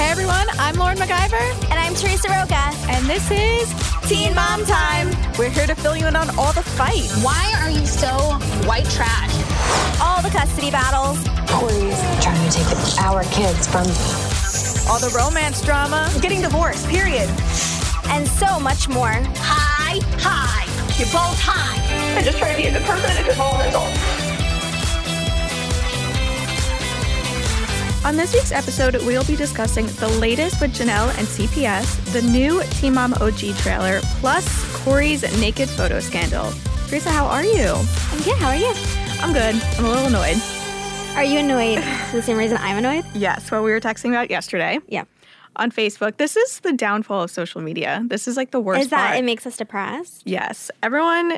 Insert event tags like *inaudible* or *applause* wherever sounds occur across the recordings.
everyone. I'm Lauren MacGyver, And I'm Teresa Roca. and this is Teen Mom Time. We're here to fill you in on all the fight. Why are you so white trash? All the custody battles. Corey's trying to take our kids from all the romance drama, getting divorced, period. and so much more. High, high. You're both high. I just try to be a good person and a good role model. On this week's episode, we'll be discussing the latest with Janelle and CPS, the new Teen Mom OG trailer, plus Corey's naked photo scandal. Teresa, how are you? I'm good. How are you? I'm good. I'm a little annoyed. Are you *laughs* annoyed for the same reason I'm annoyed? Yes, what we were texting about yesterday Yeah. on Facebook. This is the downfall of social media. This is like the worst Is that part. it makes us depressed? yes, everyone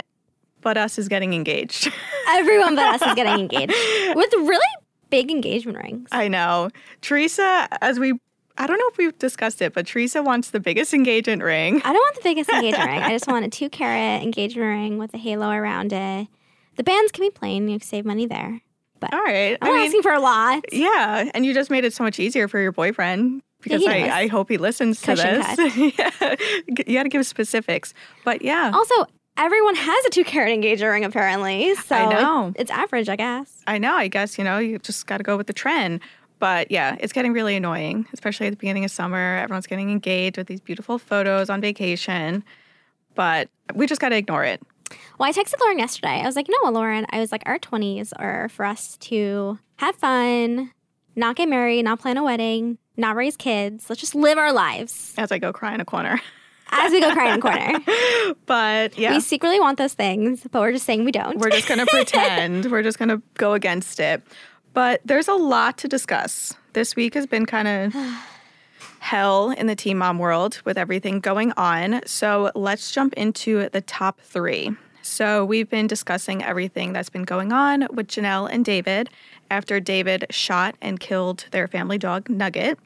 but us is getting engaged. *laughs* Everyone but us is getting *laughs* engaged with really big engagement rings. I know. Teresa, as we, I don't know if we've discussed it, but Teresa wants the biggest engagement ring. I don't want the biggest engagement ring. I just want a two carat engagement ring with a halo around it. The bands can be plain. You save money there. But All right. I'm not asking for a lot. yeah. And you just made it so much easier for your boyfriend because he I, knows. I hope he listens Cushion to this. *laughs* yeah. You got to give specifics. But yeah, Also, everyone has a two carat engagement ring apparently. So I know. it- it's average, I guess. I know. I guess, you know, you just got to go with the trend. But yeah, it's getting really annoying, especially at the beginning of summer. Everyone's getting engaged with these beautiful photos on vacation. But we just got to ignore it. Well, I texted Lauren yesterday. I was like, you know what, Lauren? I was like, our 20s are for us to have fun, not get married, not plan a wedding, not raise kids. Let's just live our lives As I go cry in a corner. *laughs* as we go cry in a corner. but *laughs* yeah. We secretly want those things, but we're just saying we don't. We're just going to pretend. We're just going to go against it. But there's a lot to discuss. This week has been kind of hell in the teen mom world with everything going on. So let's jump into the top three. So we've been discussing everything that's been going on with Janelle and David after David shot and killed their family dog, Nugget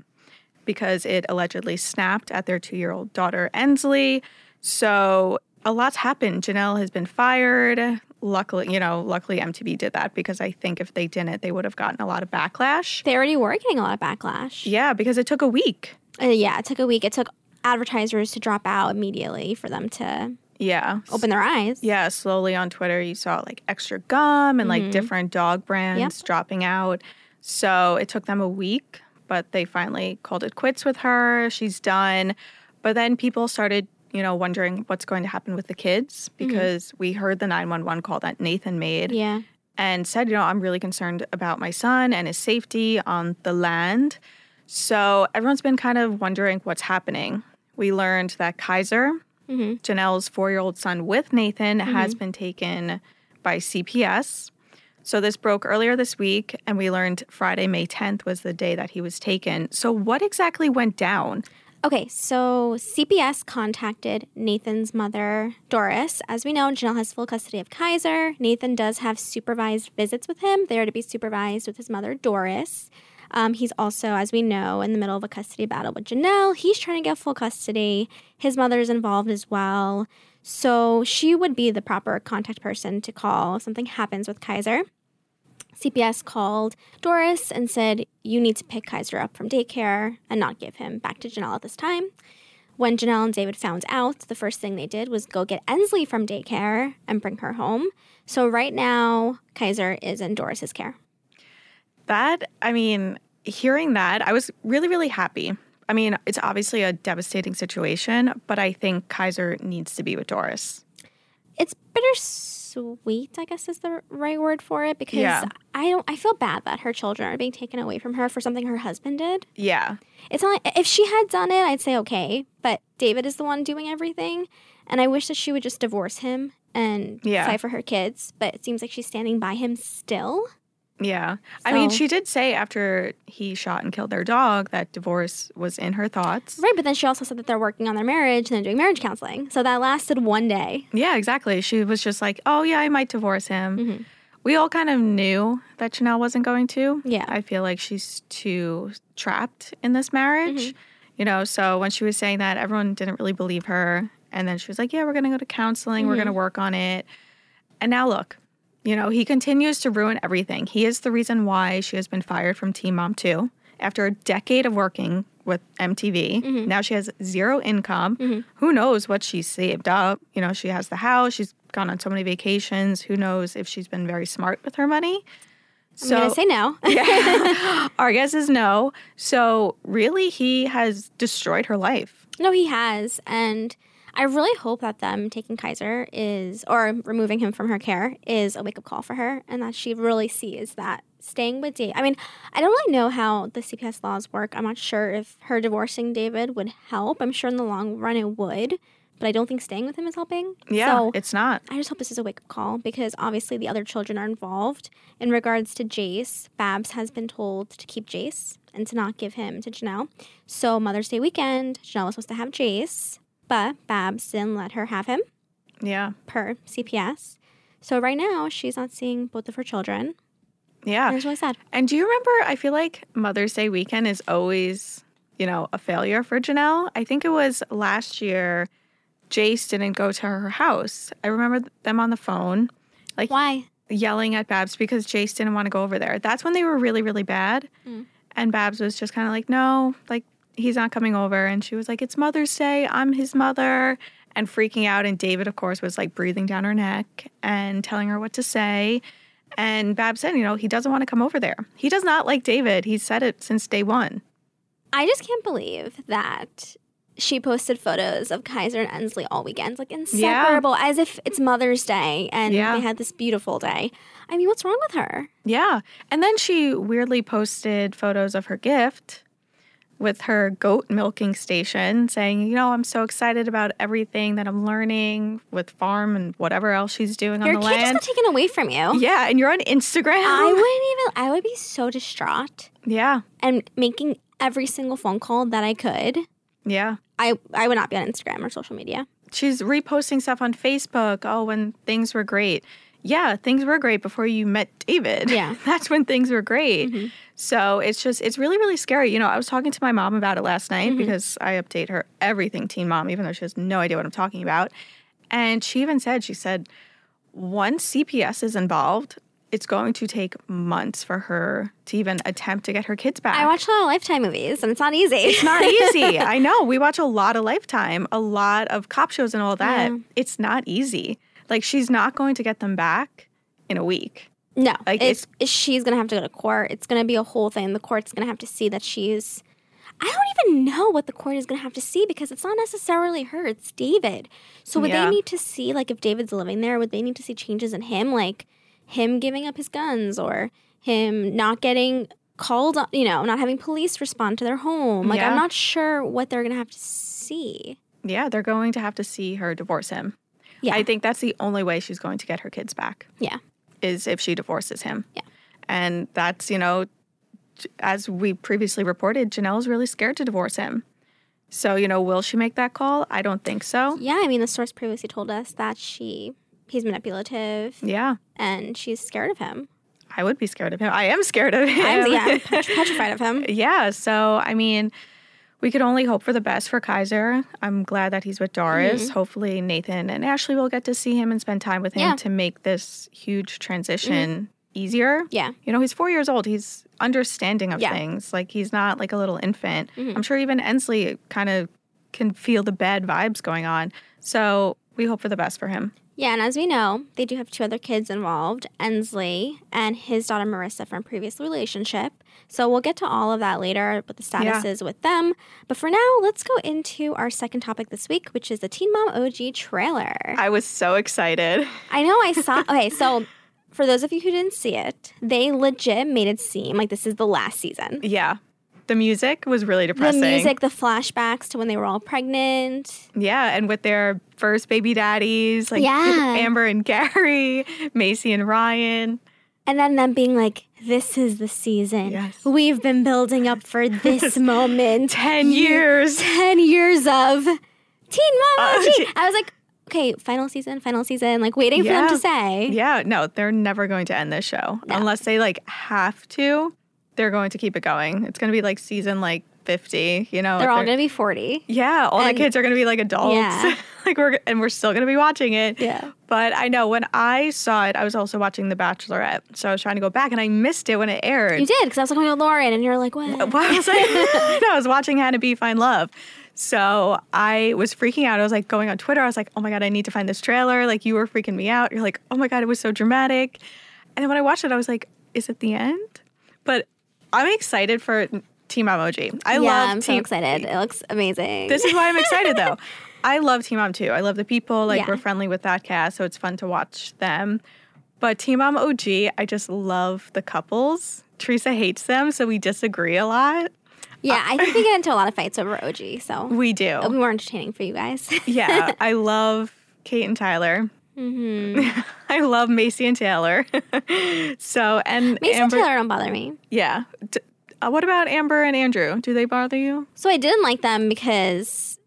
because it allegedly snapped at their two year old daughter, Ensley. So a lot's happened. Janelle has been fired. Luckily, you know, luckily MTV did that because I think if they didn't, they would have gotten a lot of backlash. they already were getting a lot of backlash. Yeah, because it took a week. Uh, yeah, it took a week. It took advertisers to drop out immediately for them to Yeah. open their eyes. Yeah, slowly on Twitter, you saw like extra gum and like different dog brands dropping out. So it took them a week, but they finally called it quits with her. She's done. But then people started, you know, wondering what's going to happen with the kids because we heard the 911 call that Nathan made Yeah. and said, you know, I'm really concerned about my son and his safety on the land. So everyone's been kind of wondering what's happening. We learned that Kaiser, Janelle's four year old son with Nathan, has been taken by CPS. So this broke earlier this week, and we learned Friday, May 10th was the day that he was taken. So what exactly went down? Okay, so CPS contacted Nathan's mother, Doris. As we know, Janelle has full custody of Kaiser. Nathan does have supervised visits with him. They are to be supervised with his mother, Doris. Um, he's also, as we know, in the middle of a custody battle with Janelle. He's trying to get full custody. His mother's involved as well. So she would be the proper contact person to call if something happens with Kaiser. CPS called Doris and said, You need to pick Kaiser up from daycare and not give him back to Janelle at this time. When Janelle and David found out, the first thing they did was go get Ensley from daycare and bring her home. So right now, Kaiser is in Doris's care. That, I mean, hearing that, I was really, really happy. I mean, it's obviously a devastating situation, but I think Kaiser needs to be with Doris. It's bittersweet, I guess is the right word for it, because Yeah. I don't I feel bad that her children are being taken away from her for something her husband did. Yeah. It's not like if she had done it, I'd say okay, but David is the one doing everything, and I wish that she would just divorce him and Yeah. fight for her kids. But it seems like she's standing by him still. Yeah. I mean, So- she did say after he shot and killed their dog that divorce was in her thoughts. Right, but then she also said that they're working on their marriage and they're doing marriage counseling. So that lasted one day. Yeah, exactly. She was just like, oh, yeah, I might divorce him. Mhm. We all kind of knew that Chanel wasn't going to. Yeah. I feel like she's too trapped in this marriage. You know, so when she was saying that, everyone didn't really believe her. And then she was like, yeah, we're going to go to counseling, we're going to work on it. And now look, you know, he continues to ruin everything. He is the reason why she has been fired from Team Mom 2. after a decade of working with MTV. Mm-hmm. Now she has zero income. Who knows what she saved up? You know, she has the house. She's gone on so many vacations. Who knows if she's been very smart with her money? So I'm gonna say no. *laughs* our guess is no. So really, he has destroyed her life. no, he has, and I really hope that them taking Kaiser is or removing him from her care is a wake up call for her, and that she really sees that staying with Dave. I mean, I don't really know how the CPS laws work. I'm not sure if her divorcing David would help. I'm sure in the long run it would, but I don't think staying with him is helping. Yeah, So- it's not. I just hope this is a wake up call because obviously the other children are involved. In regards to Jace, Babs has been told to keep Jace and to not give him to Janelle. So Mother's Day weekend, Janelle was supposed to have Jace, but Babs didn't let her have him Yeah, per CPS. So right now she's not seeing both of her children. And yeah. it's really sad. And do you remember? I feel like Mother's Day weekend is always, you know, a failure for Janelle. I think it was last year. Jace didn't go to her house. I remember them on the phone Why? yelling at Babs because Jace didn't want to go over there. That's when they were really, really bad. And Babs was just kind of like, no, like, he's not coming over. And she was like, it's Mother's Day. I'm his mother. And freaking out. And David, of course, was like breathing down her neck and telling her what to say. And Babs said, you know, he doesn't want to come over there. He does not like David. He's said it since day one. I just can't believe that she posted photos of Kaiser and Ensley all weekend, like inseparable, as if it's Mother's Day and Yeah. they had this beautiful day. I mean, what's wrong with her? Yeah. And then she weirdly posted photos of her gift with her goat milking station saying, you know, I'm so excited about everything that I'm learning with farm and whatever else she's doing on Your the kid just land. got taken away from you. yeah, and you're on Instagram. I wouldn't even. I would be so distraught *laughs* yeah. and making every single phone call that I could. Yeah. I I would not be on Instagram or social media. She's reposting stuff on Facebook. Oh, when things were great. Yeah, things were great before you met David. Yeah. *laughs* Mm-hmm. That's when things were great. So it's just, it's really, really scary. You know, I was talking to my mom about it last night Mm-hmm. because I update her everything Teen Mom, even though she has no idea what I'm talking about. And she even said, she said, once CPS is involved, it's going to take months for her to even attempt to get her kids back. I watch a lot of Lifetime movies, and it's not easy. It's *laughs* not easy. I know. We watch a lot of Lifetime, a lot of cop shows and all that. It's not easy. Like she's not going to get them back in a week. No, Like, it's, she's gonna have to go to court. It's gonna be a whole thing. The court's gonna have to see that she's. I don't even know what the court is gonna have to see because it's not necessarily her. It's David. So would Yeah. they need to see like if David's living there? Would they need to see changes in him, like him giving up his guns or him not getting called? on- You know, not having police respond to their home. Like Yeah. I'm not sure what they're gonna have to see. Yeah, they're going to have to see her divorce him. Yeah. I think that's the only way she's going to get her kids back Yeah, is if she divorces him. Yeah. And that's, you know, j- as we previously reported, Janelle's really scared to divorce him. So, you know, will she make that call? I don't think so. yeah. I mean, the source previously told us that she he's manipulative Yeah. and she's scared of him. I would be scared of him. I am scared of him. I'm, *laughs* yeah, I'm pet- petrified of him. yeah. So, I mean, we could only hope for the best for Kaiser. I'm glad that he's with Doris. Hopefully, Nathan and Ashley will get to see him and spend time with him Yeah. to make this huge transition easier. Yeah. You know, he's four years old. He's understanding of Yeah. things. Like, he's not like a little infant. I'm sure even Ensley kind of can feel the bad vibes going on. So, we hope for the best for him. Yeah, and as we know, they do have two other kids involved Ensley and his daughter Marissa from previous relationship. So we'll get to all of that later, what the status Yeah. is with them. But for now, let's go into our second topic this week, which is the Teen Mom OG trailer. I was so excited. I know I saw. *laughs* Okay, so for those of you who didn't see it, they legit made it seem like this is the last season. yeah. The music was really depressing. The music, the flashbacks to when they were all pregnant. Yeah, and with their first baby daddies, like Yeah. Amber and Gary, *laughs* Macy and Ryan. And then them being like, this is the season. Yes. We've been building up *laughs* for this moment. 10 years. *laughs* 10 years of Teen Mom Uh, OG. okay. I was like, okay, final season, final season, like waiting for Yeah. them to say. Yeah, no, they're never going to end this show unless they like have to. They're going to keep it going. It's going to be like season like 50, you know. They're all if going to be 40. Yeah, all And- the kids are going to be like adults. Yeah. *laughs* like we're and we're still going to be watching it. Yeah. But I know when I saw it, I was also watching The Bachelorette. So I was trying to go back and I missed it when it aired. You did, because I was talking to Lauren, and you're like, what? Why was *laughs* I? no, I was watching Hannah B Find Love. So I was freaking out. I was like going on Twitter. I was like, oh my God, I need to find this trailer. Like you were freaking me out. You're like, oh my God, it was so dramatic. And then when I watched it, I was like, is it the end? But I'm excited for Team Emoji. I yeah, love I'm so Team- excited. It looks amazing. This is why I'm excited *laughs* though. I love Team Mom too. I love the people. Like Yeah. we're friendly with that cast, so it's fun to watch them. But Team Mom OG, I just love the couples. Teresa hates them, so we disagree a lot. yeah, *laughs* I think we get into a lot of fights over OG, so We it'll be do. more entertaining for you guys. *laughs* yeah, I love Kate and Tyler. Mm-hmm. *laughs* I love Macy and Taylor. *laughs* so and Mason Amber. Taylor don't bother me. Yeah. D- uh, what about Amber and Andrew? Do they bother you? So I didn't like them because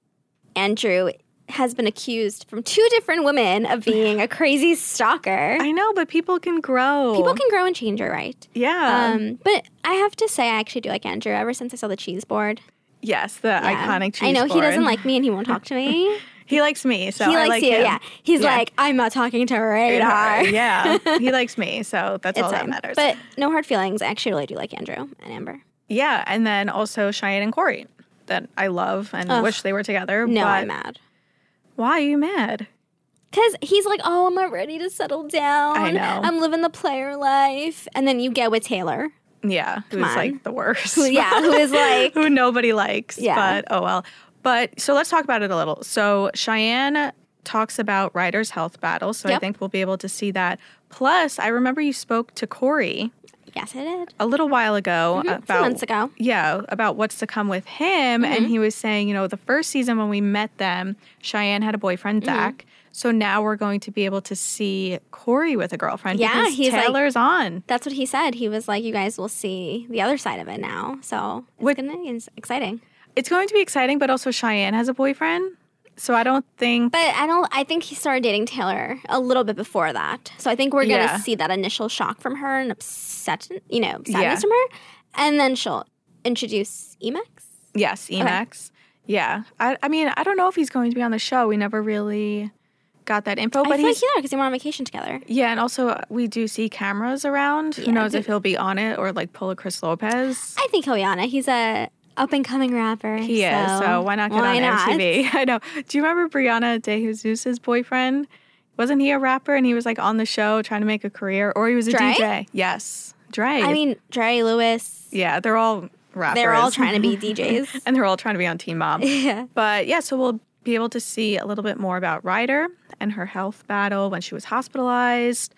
Andrew has been accused from two different women of being a crazy stalker. I know, but people can grow. People can grow and change, you're right. Yeah. Um, but I have to say, I actually do like Andrew ever since I saw the cheese board. yes, the Yeah. iconic. Cheese I know he doesn't board. like me and he won't talk *laughs* to me. He likes me, so he I likes like you, him. yeah. He's Yeah. like, I'm not talking to radar. Radar, *laughs* *laughs* yeah, he likes me, so that's It's all that fine. matters. But no hard feelings. I actually really do like Andrew and Amber. yeah, and then also Cheyenne and Corey that I love and Ugh. wish they were together. No, but I'm mad. Why are you mad? Because he's like, oh, I'm not ready to settle down. I know. I'm living the player life. And then you get *laughs* with Taylor. Yeah, who's on. like the worst? Who, yeah, who is like, who nobody likes. Yeah. But oh well. But so let's talk about it a little. So Cheyenne talks about Ryder's health battle, so I Yep. think we'll be able to see that. Plus, I remember you spoke to Corey yes, I did. a little while ago Mhm, a few about months ago. Mm-hmm. Yeah, about what's to come with him. And he was saying, you know, the first season when we met them, Cheyenne had a boyfriend, Mm-hmm. Zach. So now we're going to be able to see Corey with a girlfriend. Yeah, because he's like- Taylor's on. That's what he said. He was like, you guys will see the other side of it now. So it's gonna it's exciting. It's going to be exciting, but also Cheyenne has a boyfriend. So I don't think But I don't. I think he started dating Taylor a little bit before that. So I think we're gonna Yeah. see that initial shock from her and obsession, you know, sadness Yeah. from her, and then she'll introduce Emax. yes, Emacs. Yeah, I, I mean, I don't know if he's going to be on the show. We never really got that info, I but feel he's like he's there because they were on vacation together. yeah, and also uh, we do see cameras around. Who knows if he'll be on it or like pull a Chris Lopez? I think he'll be on it. He's a up and coming rapper. He so is, so why not get why on not? MTV? *laughs* I know. Do you remember Brianna De Jesus' boyfriend? Wasn't he a rapper and he was like on the show trying to make a career, or he was a Dre? DJ? Yes, Dre. I mean, Dre Lewis. yeah, they're all rappers. They're all trying to be DJs. *laughs* and they're all trying to be on Team Mom. yeah. But yeah, so we'll be able to see a little bit more about Ryder and her health battle when she was hospitalized,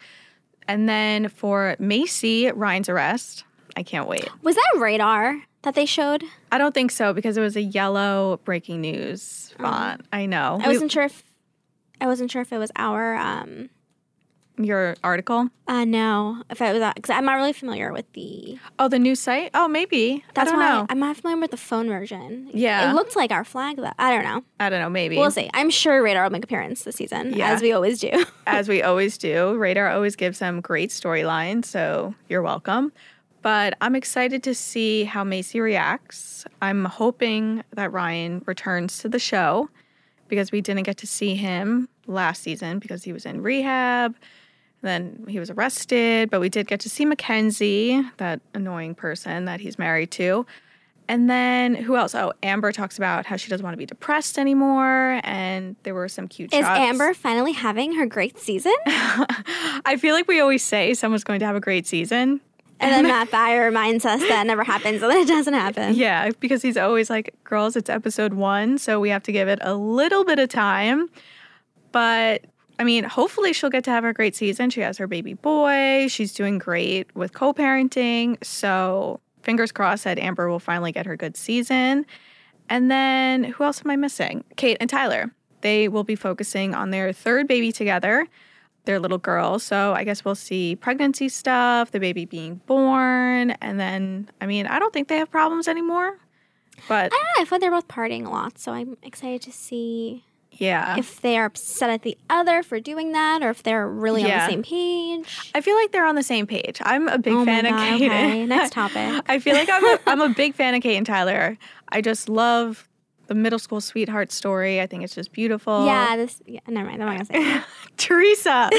and then for Macy Ryan's arrest. I can't wait. Was that radar that they showed? I don't think so because it was a yellow breaking news font. I know. Mm-hmm. I We- wasn't sure if I wasn't sure if it was our um your article. uh no if it was because I'm not really familiar with the Oh, the new site? Oh, maybe. that's I don't why know. I'm not familiar with the phone version. Yeah. it looked like our flag though. I don't know. I don't know, maybe. We'll see. I'm sure radar will make appearance this season Yeah. as we always do. As we always do, Radar always gives them great storylines, so you're welcome. But I'm excited to see how Macy reacts. I'm hoping that Ryan returns to the show because we didn't get to see him last season because he was in rehab. Then he was arrested, but we did get to see Mackenzie, that annoying person that he's married to. And then who else? Oh, Amber talks about how she doesn't want to be depressed anymore. And there were some cute Is shots. Amber finally having her great season? I feel like we always say someone's going to have a great season. And *laughs* then Matt Byer reminds us that never happens and then it doesn't happen. Yeah, because he's always like, girls, it's episode one, so we have to give it a little bit of time. But I mean, hopefully she'll get to have her great season. She has her baby boy, she's doing great with co parenting. So fingers crossed that Amber will finally get her good season. And then who else am I missing? Kate and Tyler. They will be focusing on their third baby together, their little girl. So I guess we'll see pregnancy stuff, the baby being born. And then, I mean, I don't think they have problems anymore. But I don't know. I thought they're both partying a lot, so I'm excited to see Yeah. if they are upset at the other for doing that or if they're really Yeah. on the same page. I feel like they're on the same page. I'm a big Oh my fan of God, Kaden. *laughs* okay. *laughs* Next topic. I feel like I'm a, I'm a big fan of Kate and Tyler. I just love the middle school sweetheart story. I think it's just beautiful. yeah, this. Yeah, never mind. I'm not gonna say. It. *laughs* *laughs* Teresa,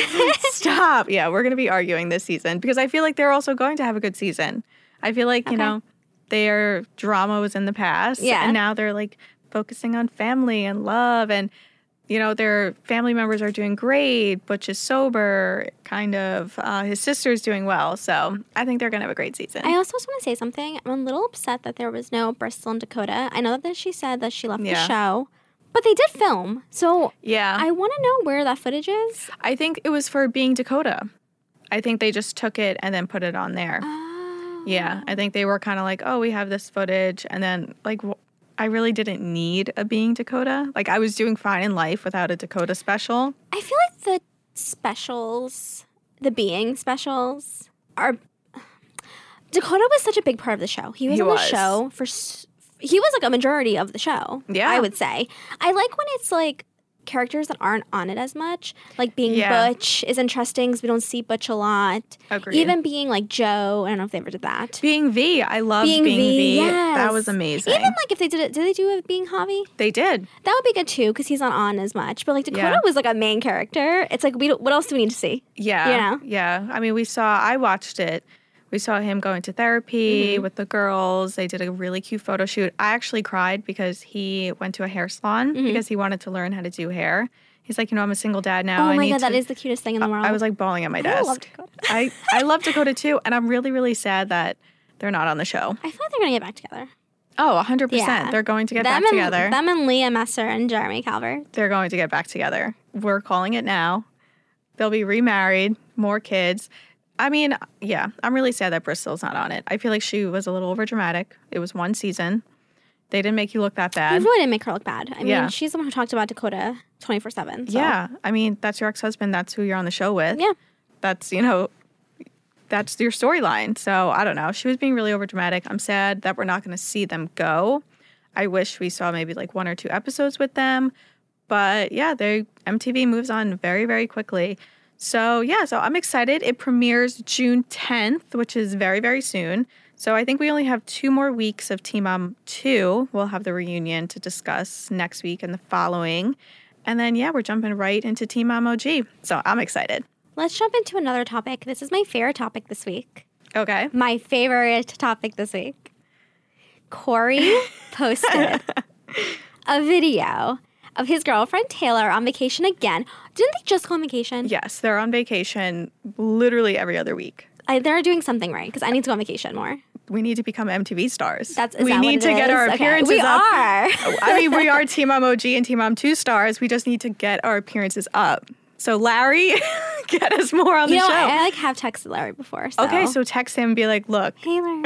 stop. Yeah, we're going to be arguing this season because I feel like they're also going to have a good season. I feel like, you Okay. know, their drama was in the past. Yeah. And now they're like focusing on family and love. And, you know, their family members are doing great. Butch is sober, kind of. Uh, his sister's doing well. So I think they're going to have a great season. I also just want to say something. I'm a little upset that there was no Bristol and Dakota. I know that she said that she left Yeah. Uh. the show, but they did film. So yeah. I want to know where that footage is. I think it was for being Dakota. I think they just took it and then put it on there. Uh, Yeah, I think they were kind of like, oh, we have this footage. And then, like, wh- I really didn't need a being Dakota. Like, I was doing fine in life without a Dakota special. I feel like the specials, the being specials, are. Dakota was such a big part of the show. He was He on the was. show for. s- He was like a majority of the show. Yeah. I would say. I like when it's like characters that aren't on it as much. Like being Yeah. Butch is interesting because we don't see Butch a lot. Agreed. Even being like Joe, I don't know if they ever did that. Being V, I loved being, V. That yes. was amazing. Even like if they did it, did they do it being Javi? they did. That would be good too because he's not on as much. But like Dakota Yeah. was like a main character. It's like we don't, what else do we need to see? Yeah. You know? Yeah. I mean, we saw, I watched it. We saw him going to therapy Mm-hmm. with the girls. They did a really cute photo shoot. I actually cried because he went to a hair salon Mm-hmm. because he wanted to learn how to do hair. He's like, you know, I'm a single dad now. Oh I my need god, that to- Oh, is the cutest thing in the world. I was like bawling at my Um, I desk. love Dakota. *laughs* I, I love Dakota too, and I'm really, really sad that they're not on the show. I feel like they're gonna get back together. Oh, 100%. Yeah. They're going to get back them and, together. Them and Leah Messer and Jeremy Calvert. they're going to get back together. We're calling it now. They'll be remarried, more kids. I mean, yeah, I'm really sad that Bristol's not on it. I feel like she was a little overdramatic. It was one season. They didn't make you look that It bad. really didn't make her look bad. I Yeah. mean, she's the one who talked about Dakota twenty four seven. Yeah. I mean, that's your ex husband. That's who you're on the show with. Yeah. That's, you know, that's your storyline. So I don't know. She was being really overdramatic. I'm sad that we're not going to see them go. I wish we saw maybe like one or two episodes with them. But yeah, they MTV moves on very, very quickly. So yeah, so I'm excited. It premieres June 10th, which is very, very soon. So I think we only have two more weeks of Team Mom 2. We'll have the reunion to discuss next week and the following. And then yeah, we're jumping right into Team Mom OG. So I'm excited. Let's jump into another topic. This is my favorite topic this week. Okay. My favorite topic this week. Corey *laughs* posted a video of his girlfriend Taylor on vacation again. Didn't they just go on vacation? Yes, they're on vacation literally every other week. I, they're doing something right because I need to go on vacation more. We need to become MTV stars. That's is we that what need it to get is? our Okay. appearances We up. *laughs* are. I mean, we are Team Mom OG and Team Mom Two stars. We just need to get our appearances up. So Larry, *laughs* get us more on You the know, show. I, I, like have texted Larry before. So. okay, so text him and be like, "Look, *laughs* hey Larry,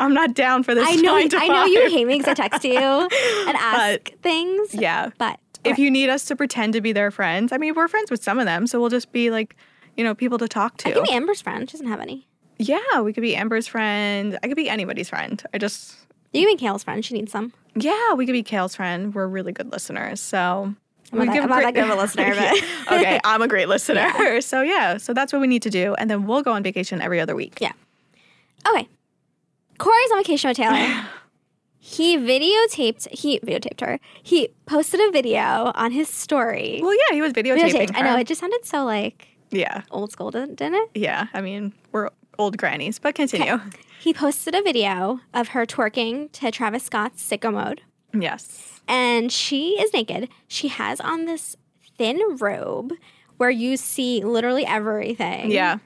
I'm not down for this." I know nine to I know you five." *laughs* hate me because I *laughs* text you and ask things. yeah. but If you need us to pretend to be their friends, I mean, we're friends with some of them, so we'll just be like, you know, people to talk to. I can be Amber's friend. She doesn't have any. yeah, we could be Amber's friend. I could be anybody's friend. I just You can be Kale's friend. She needs some. Yeah, we could be Kale's friend. We're really good listeners. So I'm not, we that, give I'm not great- that good of *laughs* a listener, but *laughs* okay, I'm a great listener. *laughs* So yeah, so that's what we need to do, and then we'll go on vacation every other week. Yeah. okay. Corey's on vacation *sighs* with Taylor. He videotaped. He videotaped her. He posted a video on his story. Well, yeah, he was videotaping. I know her. it just sounded so like Yeah, old school, didn't, didn't it? yeah. I mean, we're old grannies, but continue. He posted a video of her twerking to Travis Scott's Sicko Mode, *laughs* Yes. and she is naked. She has on this thin robe where you see literally everything. Yeah.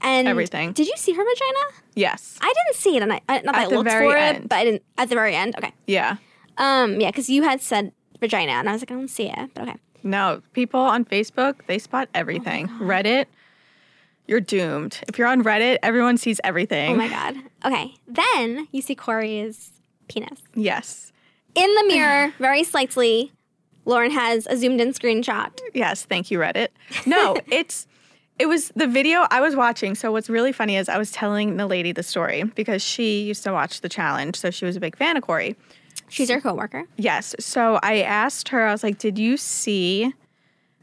and everything. Did you see her vagina? Yes. I didn't see it, and I I- not that At I the looked very for end. it, but I didn't at the very end. Okay, Yeah. um, yeah, because you had said vagina, and I was like, I don't see it, but okay. No, people on Facebook they spot everything. Oh Reddit, you're doomed. If you're on Reddit, everyone sees everything. Oh *laughs* my god. Okay, then you see Corey's penis. Yes. in the *sighs* mirror very slightly. Lauren has a zoomed in screenshot. Yes, thank you, Reddit. No, it's it was the video I was watching. So what's really funny is I was telling the lady the story because she used to watch the challenge, so she was a big fan of Corey. She's your coworker. Yes. So I asked her, I was like, Did you see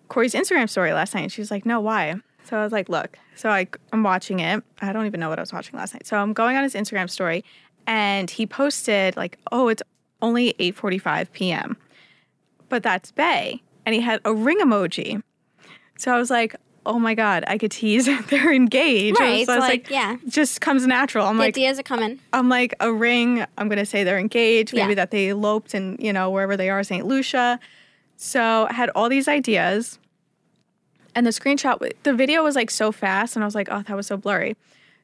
Corey's Instagram story last night? And she was like, No, why? So I was like, Look. So I, I'm watching it. I don't even know what I was watching last night. So I'm going on his Instagram story and he posted, like, Oh, it's only 8.45 p.m. But that's Bay. And he had a ring emoji. So I was like, Oh my God, I could tease *laughs* they're engaged. Right, So I was like, yeah. Just comes natural. I'm The like, ideas are coming. I'm like a ring. I'm gonna say they're engaged. Maybe Yeah. that they eloped and you know wherever they are, St. Lucia. So I had all these ideas, and the screenshot, w- the video was like so fast, and I was like, oh, that was so blurry.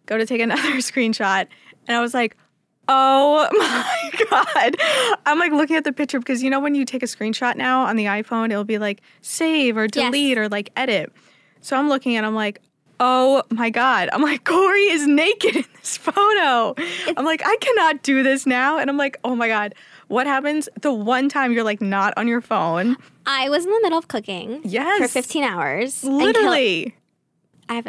Go to take another *laughs* screenshot, and I was like, oh *laughs* my god. I'm like looking at the picture because you know when you take a screenshot now on the iPhone, it'll be like save or Yes. delete or like edit. So I'm looking and I'm like, oh my God. I'm like, *laughs* Corey is naked in this photo. I'm like, I cannot do this now. And I'm like, oh my God. What happens the one time you're like not on your phone? I was in the middle of cooking. Yes. For 15 hours. and killed- Literally. I have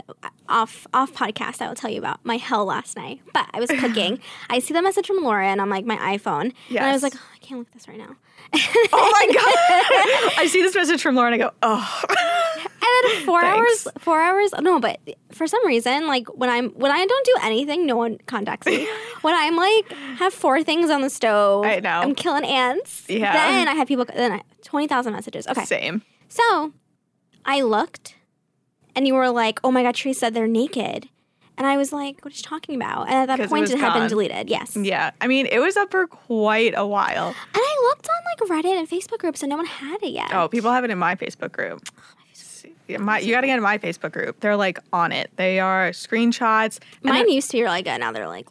off off podcast. I will tell you about my hell last night. But *laughs* I was cooking. I see the message from Lauren on like my iPhone, and I Yes. was like, oh, I can't look at this right now. Oh *laughs* my God. I see this message from Lauren. I go, oh. *laughs* And then four Thanks. hours, four hours. No, but for some reason, like when I'm when I don't do anything, no one *laughs* contacts me. when I'm like have four things on the stove, I know. I'm killing ants. Yeah. Then I have people. Then I, twenty thousand messages. Okay. Same. So I looked and you were like, oh my God, Tree said they're naked. And I was like, what is she talking about? And at that 'Cause it point, was it, had been gone. Mm. deleted. Yes. And Yeah. I mean, it was up for quite a while. I looked on like Reddit and Facebook groups and no one had it yet. Oh, people have it in my Facebook group. Yeah, My, you got to get in my Facebook group. They're like on it. They are screenshots. And Mine used to be really good. Now they're like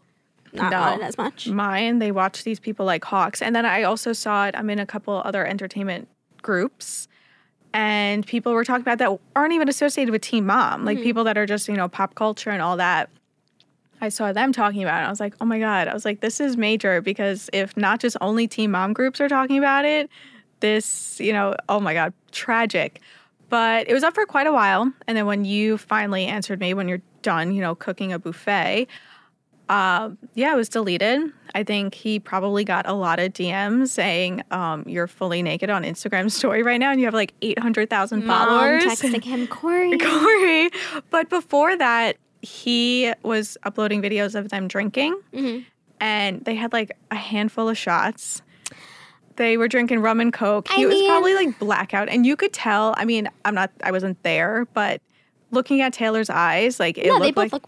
not No. on it as much. mine they watch these people like hawks and then i also saw it i'm in a couple other entertainment groups and people were talking about that aren't even associated with teen mom like people that are just you know pop culture and all that i saw them talking about it i was like oh my god i was like this is major because if not just only teen mom groups are talking about it this you know oh my god tragic but it was up for quite a while and then when you finally answered me when you're done you know cooking a buffet um, yeah, it was deleted. I think he probably got a lot of DMs saying, um, "You're fully naked on Instagram story right now, and you have like eight hundred thousand Mom followers." texting *laughs* him, Corey. Corey. But before that, he was uploading videos of them drinking, Mm-hmm. and they had like a handful of shots. They were drinking rum and coke. I he was mean- probably like blackout, and you could tell. I mean, I'm not. I wasn't there, but looking at Taylor's eyes, like it No, looked they both like look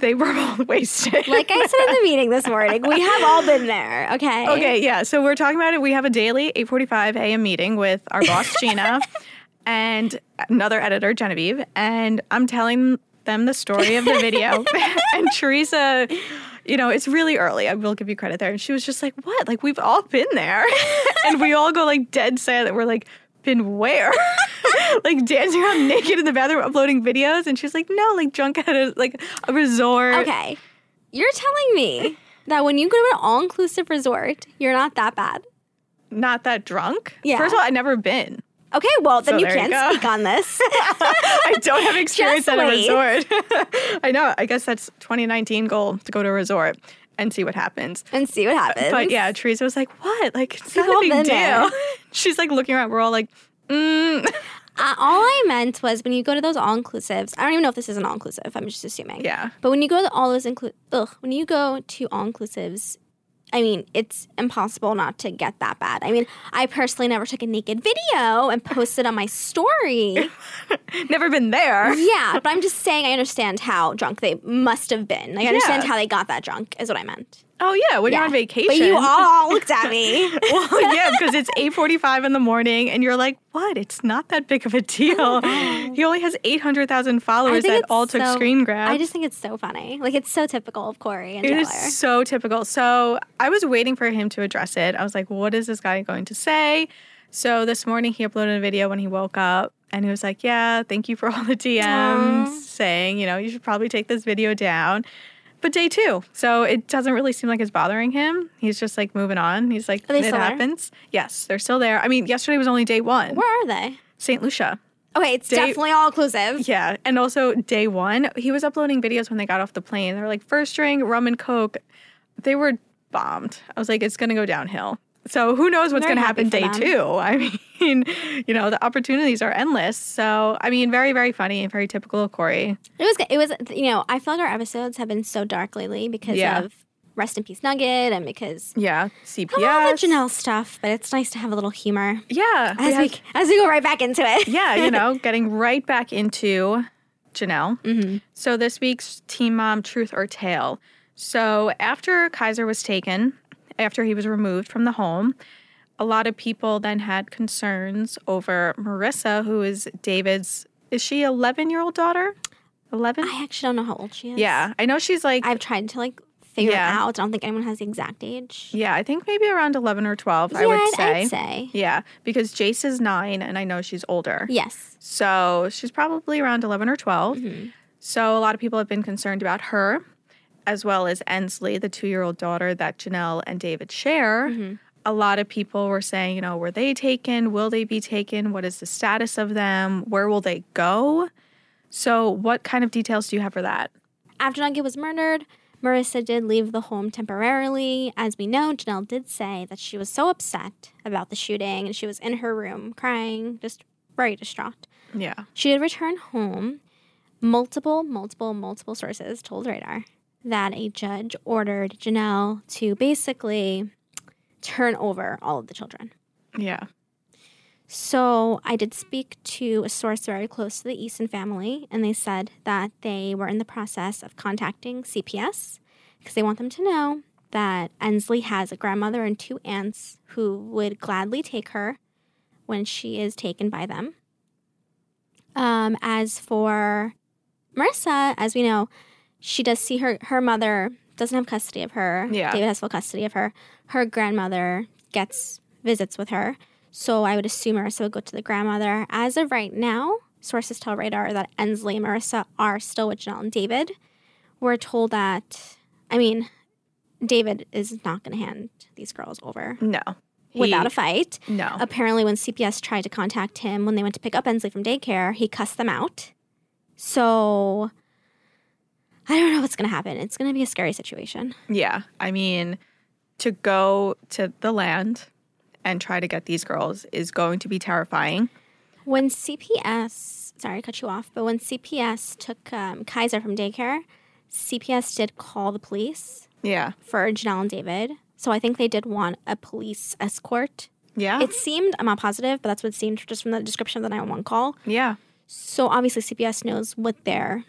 *laughs* they were both wasted. like I said in the meeting this morning, we have all been there. Okay. Okay, yeah. So we're talking about it. We have a daily 8:45 a.m. meeting with our *laughs* boss Gina and another editor Genevieve, and I'm telling them the story of the video. *laughs* and Teresa, you know, it's really early. I will give you credit there. And she was just like, "What? Like we've all been *laughs* there." and we all go like dead silent. We're like, "Been *laughs* where?" like dancing around naked in the bathroom, uploading videos. And she's like, "No, like drunk at a, like a resort." Okay. You're telling me that when you go to an all inclusive resort, you're not that bad. Not that drunk. Yeah. First of all, I've never been. Okay, well, then So you there you can't go. speak *laughs* on this. I don't have experience Just at a wait. resort. *laughs* I know. I guess that's 2019 goal to go to a resort and see what happens. and see what happens. But yeah, Teresa was like, "What? Like it's all not a big been there. deal." *laughs* She's like looking around. We're all like, mm. Uh, all I meant was when you go to those all inclusives. I don't even know if this is an all inclusive. I'm just assuming. "Yeah, But when you go to all those inclu- ugh, when you go to all inclusives, I mean, it's impossible not to get that bad. I mean, I personally never took a naked video and posted on *laughs* my story. never been *laughs* there." yeah, but I'm just saying I understand how drunk they must have been. Like, I understand Yeah. how they got that drunk is what I meant. Oh yeah, when Yeah. you're on vacation. But *laughs* you all looked at me. well, *laughs* yeah, because it's 8:45 in the morning, and you're like, "What? It's not that big of a deal." he only has 800,000 followers think that it's all took so- screen grabs. I just think it's so funny. Like it's so typical of Corey and It Taylor. is so typical. So I was waiting for him to address it. I was like, what is this guy going to say? So this morning he uploaded a video when he woke up and he was like, yeah, thank you for all the DMs saying, you know, you should probably take this video down. But day two. So it doesn't really seem like it's bothering him. He's just like moving on. He's like, Are they it still there? happens. Yes, they're still there. I mean, yesterday was only day one. Where are they? St. Lucia. Okay, it's They- definitely all inclusive. Yeah. And also, day one, he was uploading videos when they got off the plane. They were like, first drink, rum and coke. They were bombed. I was like, it's going to go downhill. So who knows what's Very going to happy happen day for them. two? *laughs* I mean, you know, the opportunities are endless. So I mean, very very funny and very typical of Corey. It was. good. It was. You know, I felt our episodes have been so dark lately because Yeah. of Rest in Peace Nugget and because Yeah, of all the CPS. Janelle stuff. But it's nice to have a little humor Yeah, as we as we go right back into *laughs* it. yeah, *laughs* you know, getting right back into Janelle. Mhm. So this week's Team Mom Truth or Tale. So after Kaiser was taken, after he was removed from the home, a lot of people then had concerns over Marissa, who is David's is she eleven year old daughter? Eleven? I actually don't know how old she is. Yeah. I know she's like I've tried to like figure it Yeah. out. I don't think anyone has the exact age. Yeah, I think maybe around eleven or twelve, I would I'd- say. I'd say. Yeah. Because Jace is nine and I know she's older. Yes. So she's probably around 11 or 12. So a lot of people have been concerned about her, as well as Ensley, the two year old daughter that Janelle and David share. A lot of people were saying, you know, were they taken? Will they be taken? What is the status of them? Where will they go? So, what kind of details do you have for that? After Nugget was murdered, Marissa did leave the home temporarily. As we know, Janelle did say that she was so upset about the shooting and she was in her room crying, just very distraught. Yeah. She did return home. Multiple, multiple, multiple sources told Radar that a judge ordered Janelle to basically turn over all of the children. Yeah. So I did speak to a source very close to the Easton family, and they said that they were in the process of contacting CPS because they want them to know that Ensley has a grandmother and two aunts who would gladly take her when she is taken by them. Um, as for Marissa, as we know, she does see her her mother doesn't have custody of her. Yeah. David has full custody of her. Her grandmother gets visits with her. So I would assume Marissa would go to the grandmother. As of right now, sources tell Radar that Ensley and Marissa are still with Janelle and David. We're told that, I mean, David is not going to hand these girls over No. He- without a fight. No. Apparently, when CPS tried to contact him when they went to pick up Ensley from daycare, he cussed them out. So I don't know what's going to happen. It's going to be a scary situation. Yeah. I mean, to go to the land and try to get these girls is going to be terrifying. When CPS, sorry to cut you off, but when CPS took um, Kaiser from daycare, CPS did call the police Yeah. for Janelle and David. So I think they did want a police escort. Yeah. It seemed, I'm not positive, but that's what it seemed just from the description of the 911 call. yeah. So obviously CPS knows what they're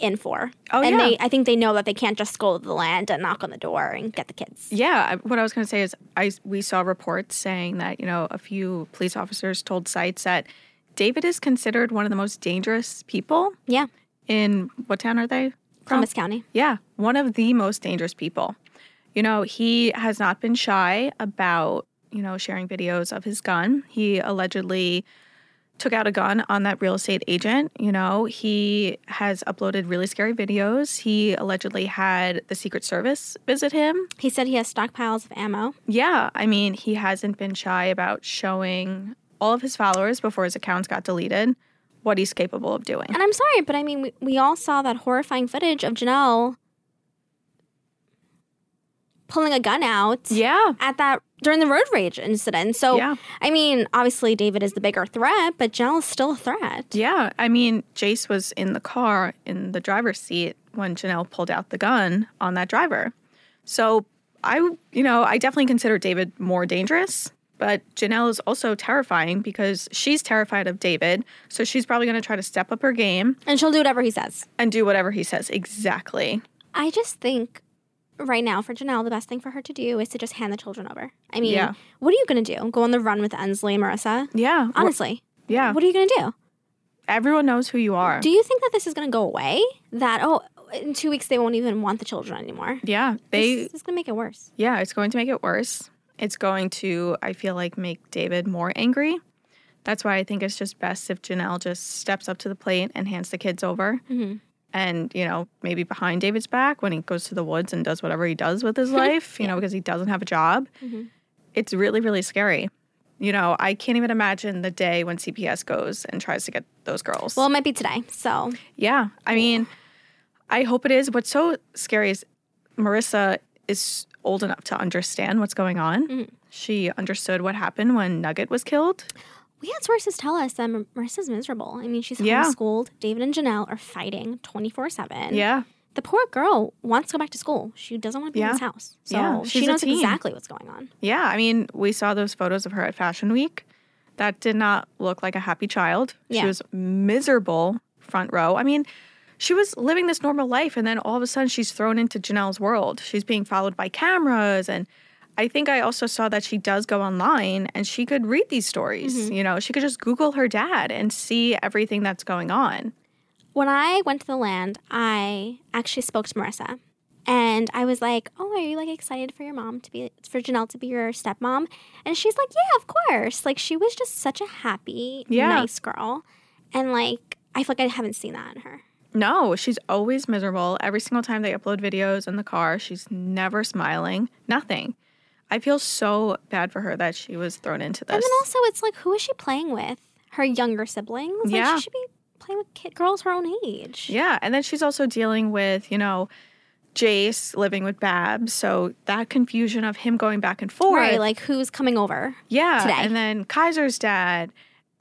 in for. Oh, and yeah. they I think they know that they can't just go to the land and knock on the door and get the kids. Yeah, I- what I was going to say is I we saw reports saying that, you know, a few police officers told sites that David is considered one of the most dangerous people Yeah. in what town are they? from? Columbus County. Yeah, one of the most dangerous people. You know, he has not been shy about, you know, sharing videos of his gun. He allegedly took out a gun on that real estate agent. You know, he has uploaded really scary videos. He allegedly had the Secret Service visit him. He said he has stockpiles of ammo. Yeah, I mean, he hasn't been shy about showing all of his followers before his accounts got deleted what he's capable of doing. And I'm sorry, but I mean we, we all saw that horrifying footage of Janelle pulling a gun out Yeah. at that during the road rage incident. So Yeah. I mean, obviously David is the bigger threat, but Janelle is still a threat. Yeah, I mean, Jace was in the car in the driver's seat when Janelle pulled out the gun on that driver. So I, you know, I definitely consider David more dangerous, but Janelle is also terrifying because she's terrified of David. So she's probably going to try to step up her game And she'll do whatever he says. and do whatever he says. Exactly. I just think right now for Janelle, the best thing for her to do is to just hand the children over. I mean, Yeah. what are you going to do? Go on the run with Ensley and Marissa? Yeah. we're- Honestly, Yeah. what are you going to do? Everyone knows who you are. Do you think that this is going to go away? That, oh, in two weeks they won't even want the children anymore? yeah, they This is going to make it worse. Yeah, it's going to make it worse. It's going to, I feel like, make David more angry. That's why I think it's just best if Janelle just steps up to the plate and hands the kids over. And, you know, maybe behind David's back when he goes to the woods and does whatever he does with his life, you know, because he doesn't have a job. It's really, really scary. You know, I can't even imagine the day when CPS goes and tries to get those girls. Well, it might be today. So, Yeah. I mean, I hope it is. What's so scary is Marissa is old enough to understand what's going on. She understood what happened when Nugget was killed. We had sources tell us that Mar- Marissa's miserable. I mean, she's Yeah. homeschooled. David and Janelle are fighting 24 7. Yeah. The poor girl wants to go back to school. She doesn't want to be in Yeah. this house. So Yeah, she she's a knows teen. exactly what's going on. Yeah. I mean, we saw those photos of her at Fashion Week. That did not look like a happy child. Yeah. She was miserable front row. I mean, she was living this normal life and then all of a sudden she's thrown into Janelle's world. She's being followed by cameras and I think I also saw that she does go online and she could read these stories. You know, she could just Google her dad and see everything that's going on. when I went to the land, I actually spoke to Marissa. And I was like, "Oh, are you like excited for your mom to be for Janelle to be your stepmom?" And she's like, "Yeah, of course." Like she was just such a happy, Yeah. nice girl. And like I feel like I haven't seen that in her. No, she's always miserable. Every single time they upload videos in the car, she's never smiling. Nothing. I feel so bad for her that she was thrown into this. And then also it's like who is she playing with? Her younger siblings? Like Yeah. she should be playing with kid girls her own age. yeah, and then she's also dealing with, you know, Jace living with Babs, so that confusion of him going back and forth. Right, like who's coming over? yeah, today. and then Kaiser's dad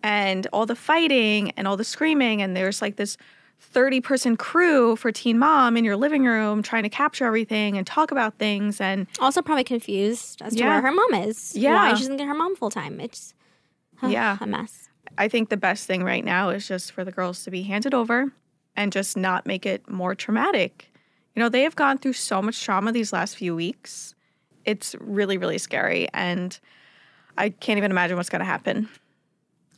and all the fighting and all the screaming and there's like this 30 person crew for Teen Mom in your living room trying to capture everything and talk about things and Also probably confused as to Yeah. where her mom is. Why Yeah. she doesn't get her mom full time. It's ugh, Yeah. a mess. I think the best thing right now is just for the girls to be handed over and just not make it more traumatic. You know, they have gone through so much trauma these last few weeks. It's really, really scary. And I can't even imagine what's going to happen.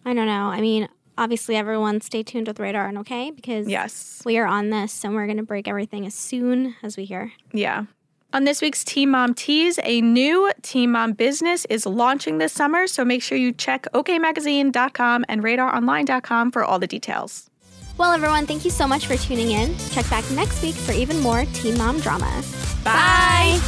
I don't know. I mean, obviously, everyone stay tuned with Radar and okay because Yes. we are on this and we're going to break everything as soon as we hear. Yeah. On this week's Team Mom Tease, a new Team Mom business is launching this summer. So make sure you check okmagazine.com and radaronline.com for all the details. Well, everyone, thank you so much for tuning in. Check back next week for even more Teen Mom drama. Bye.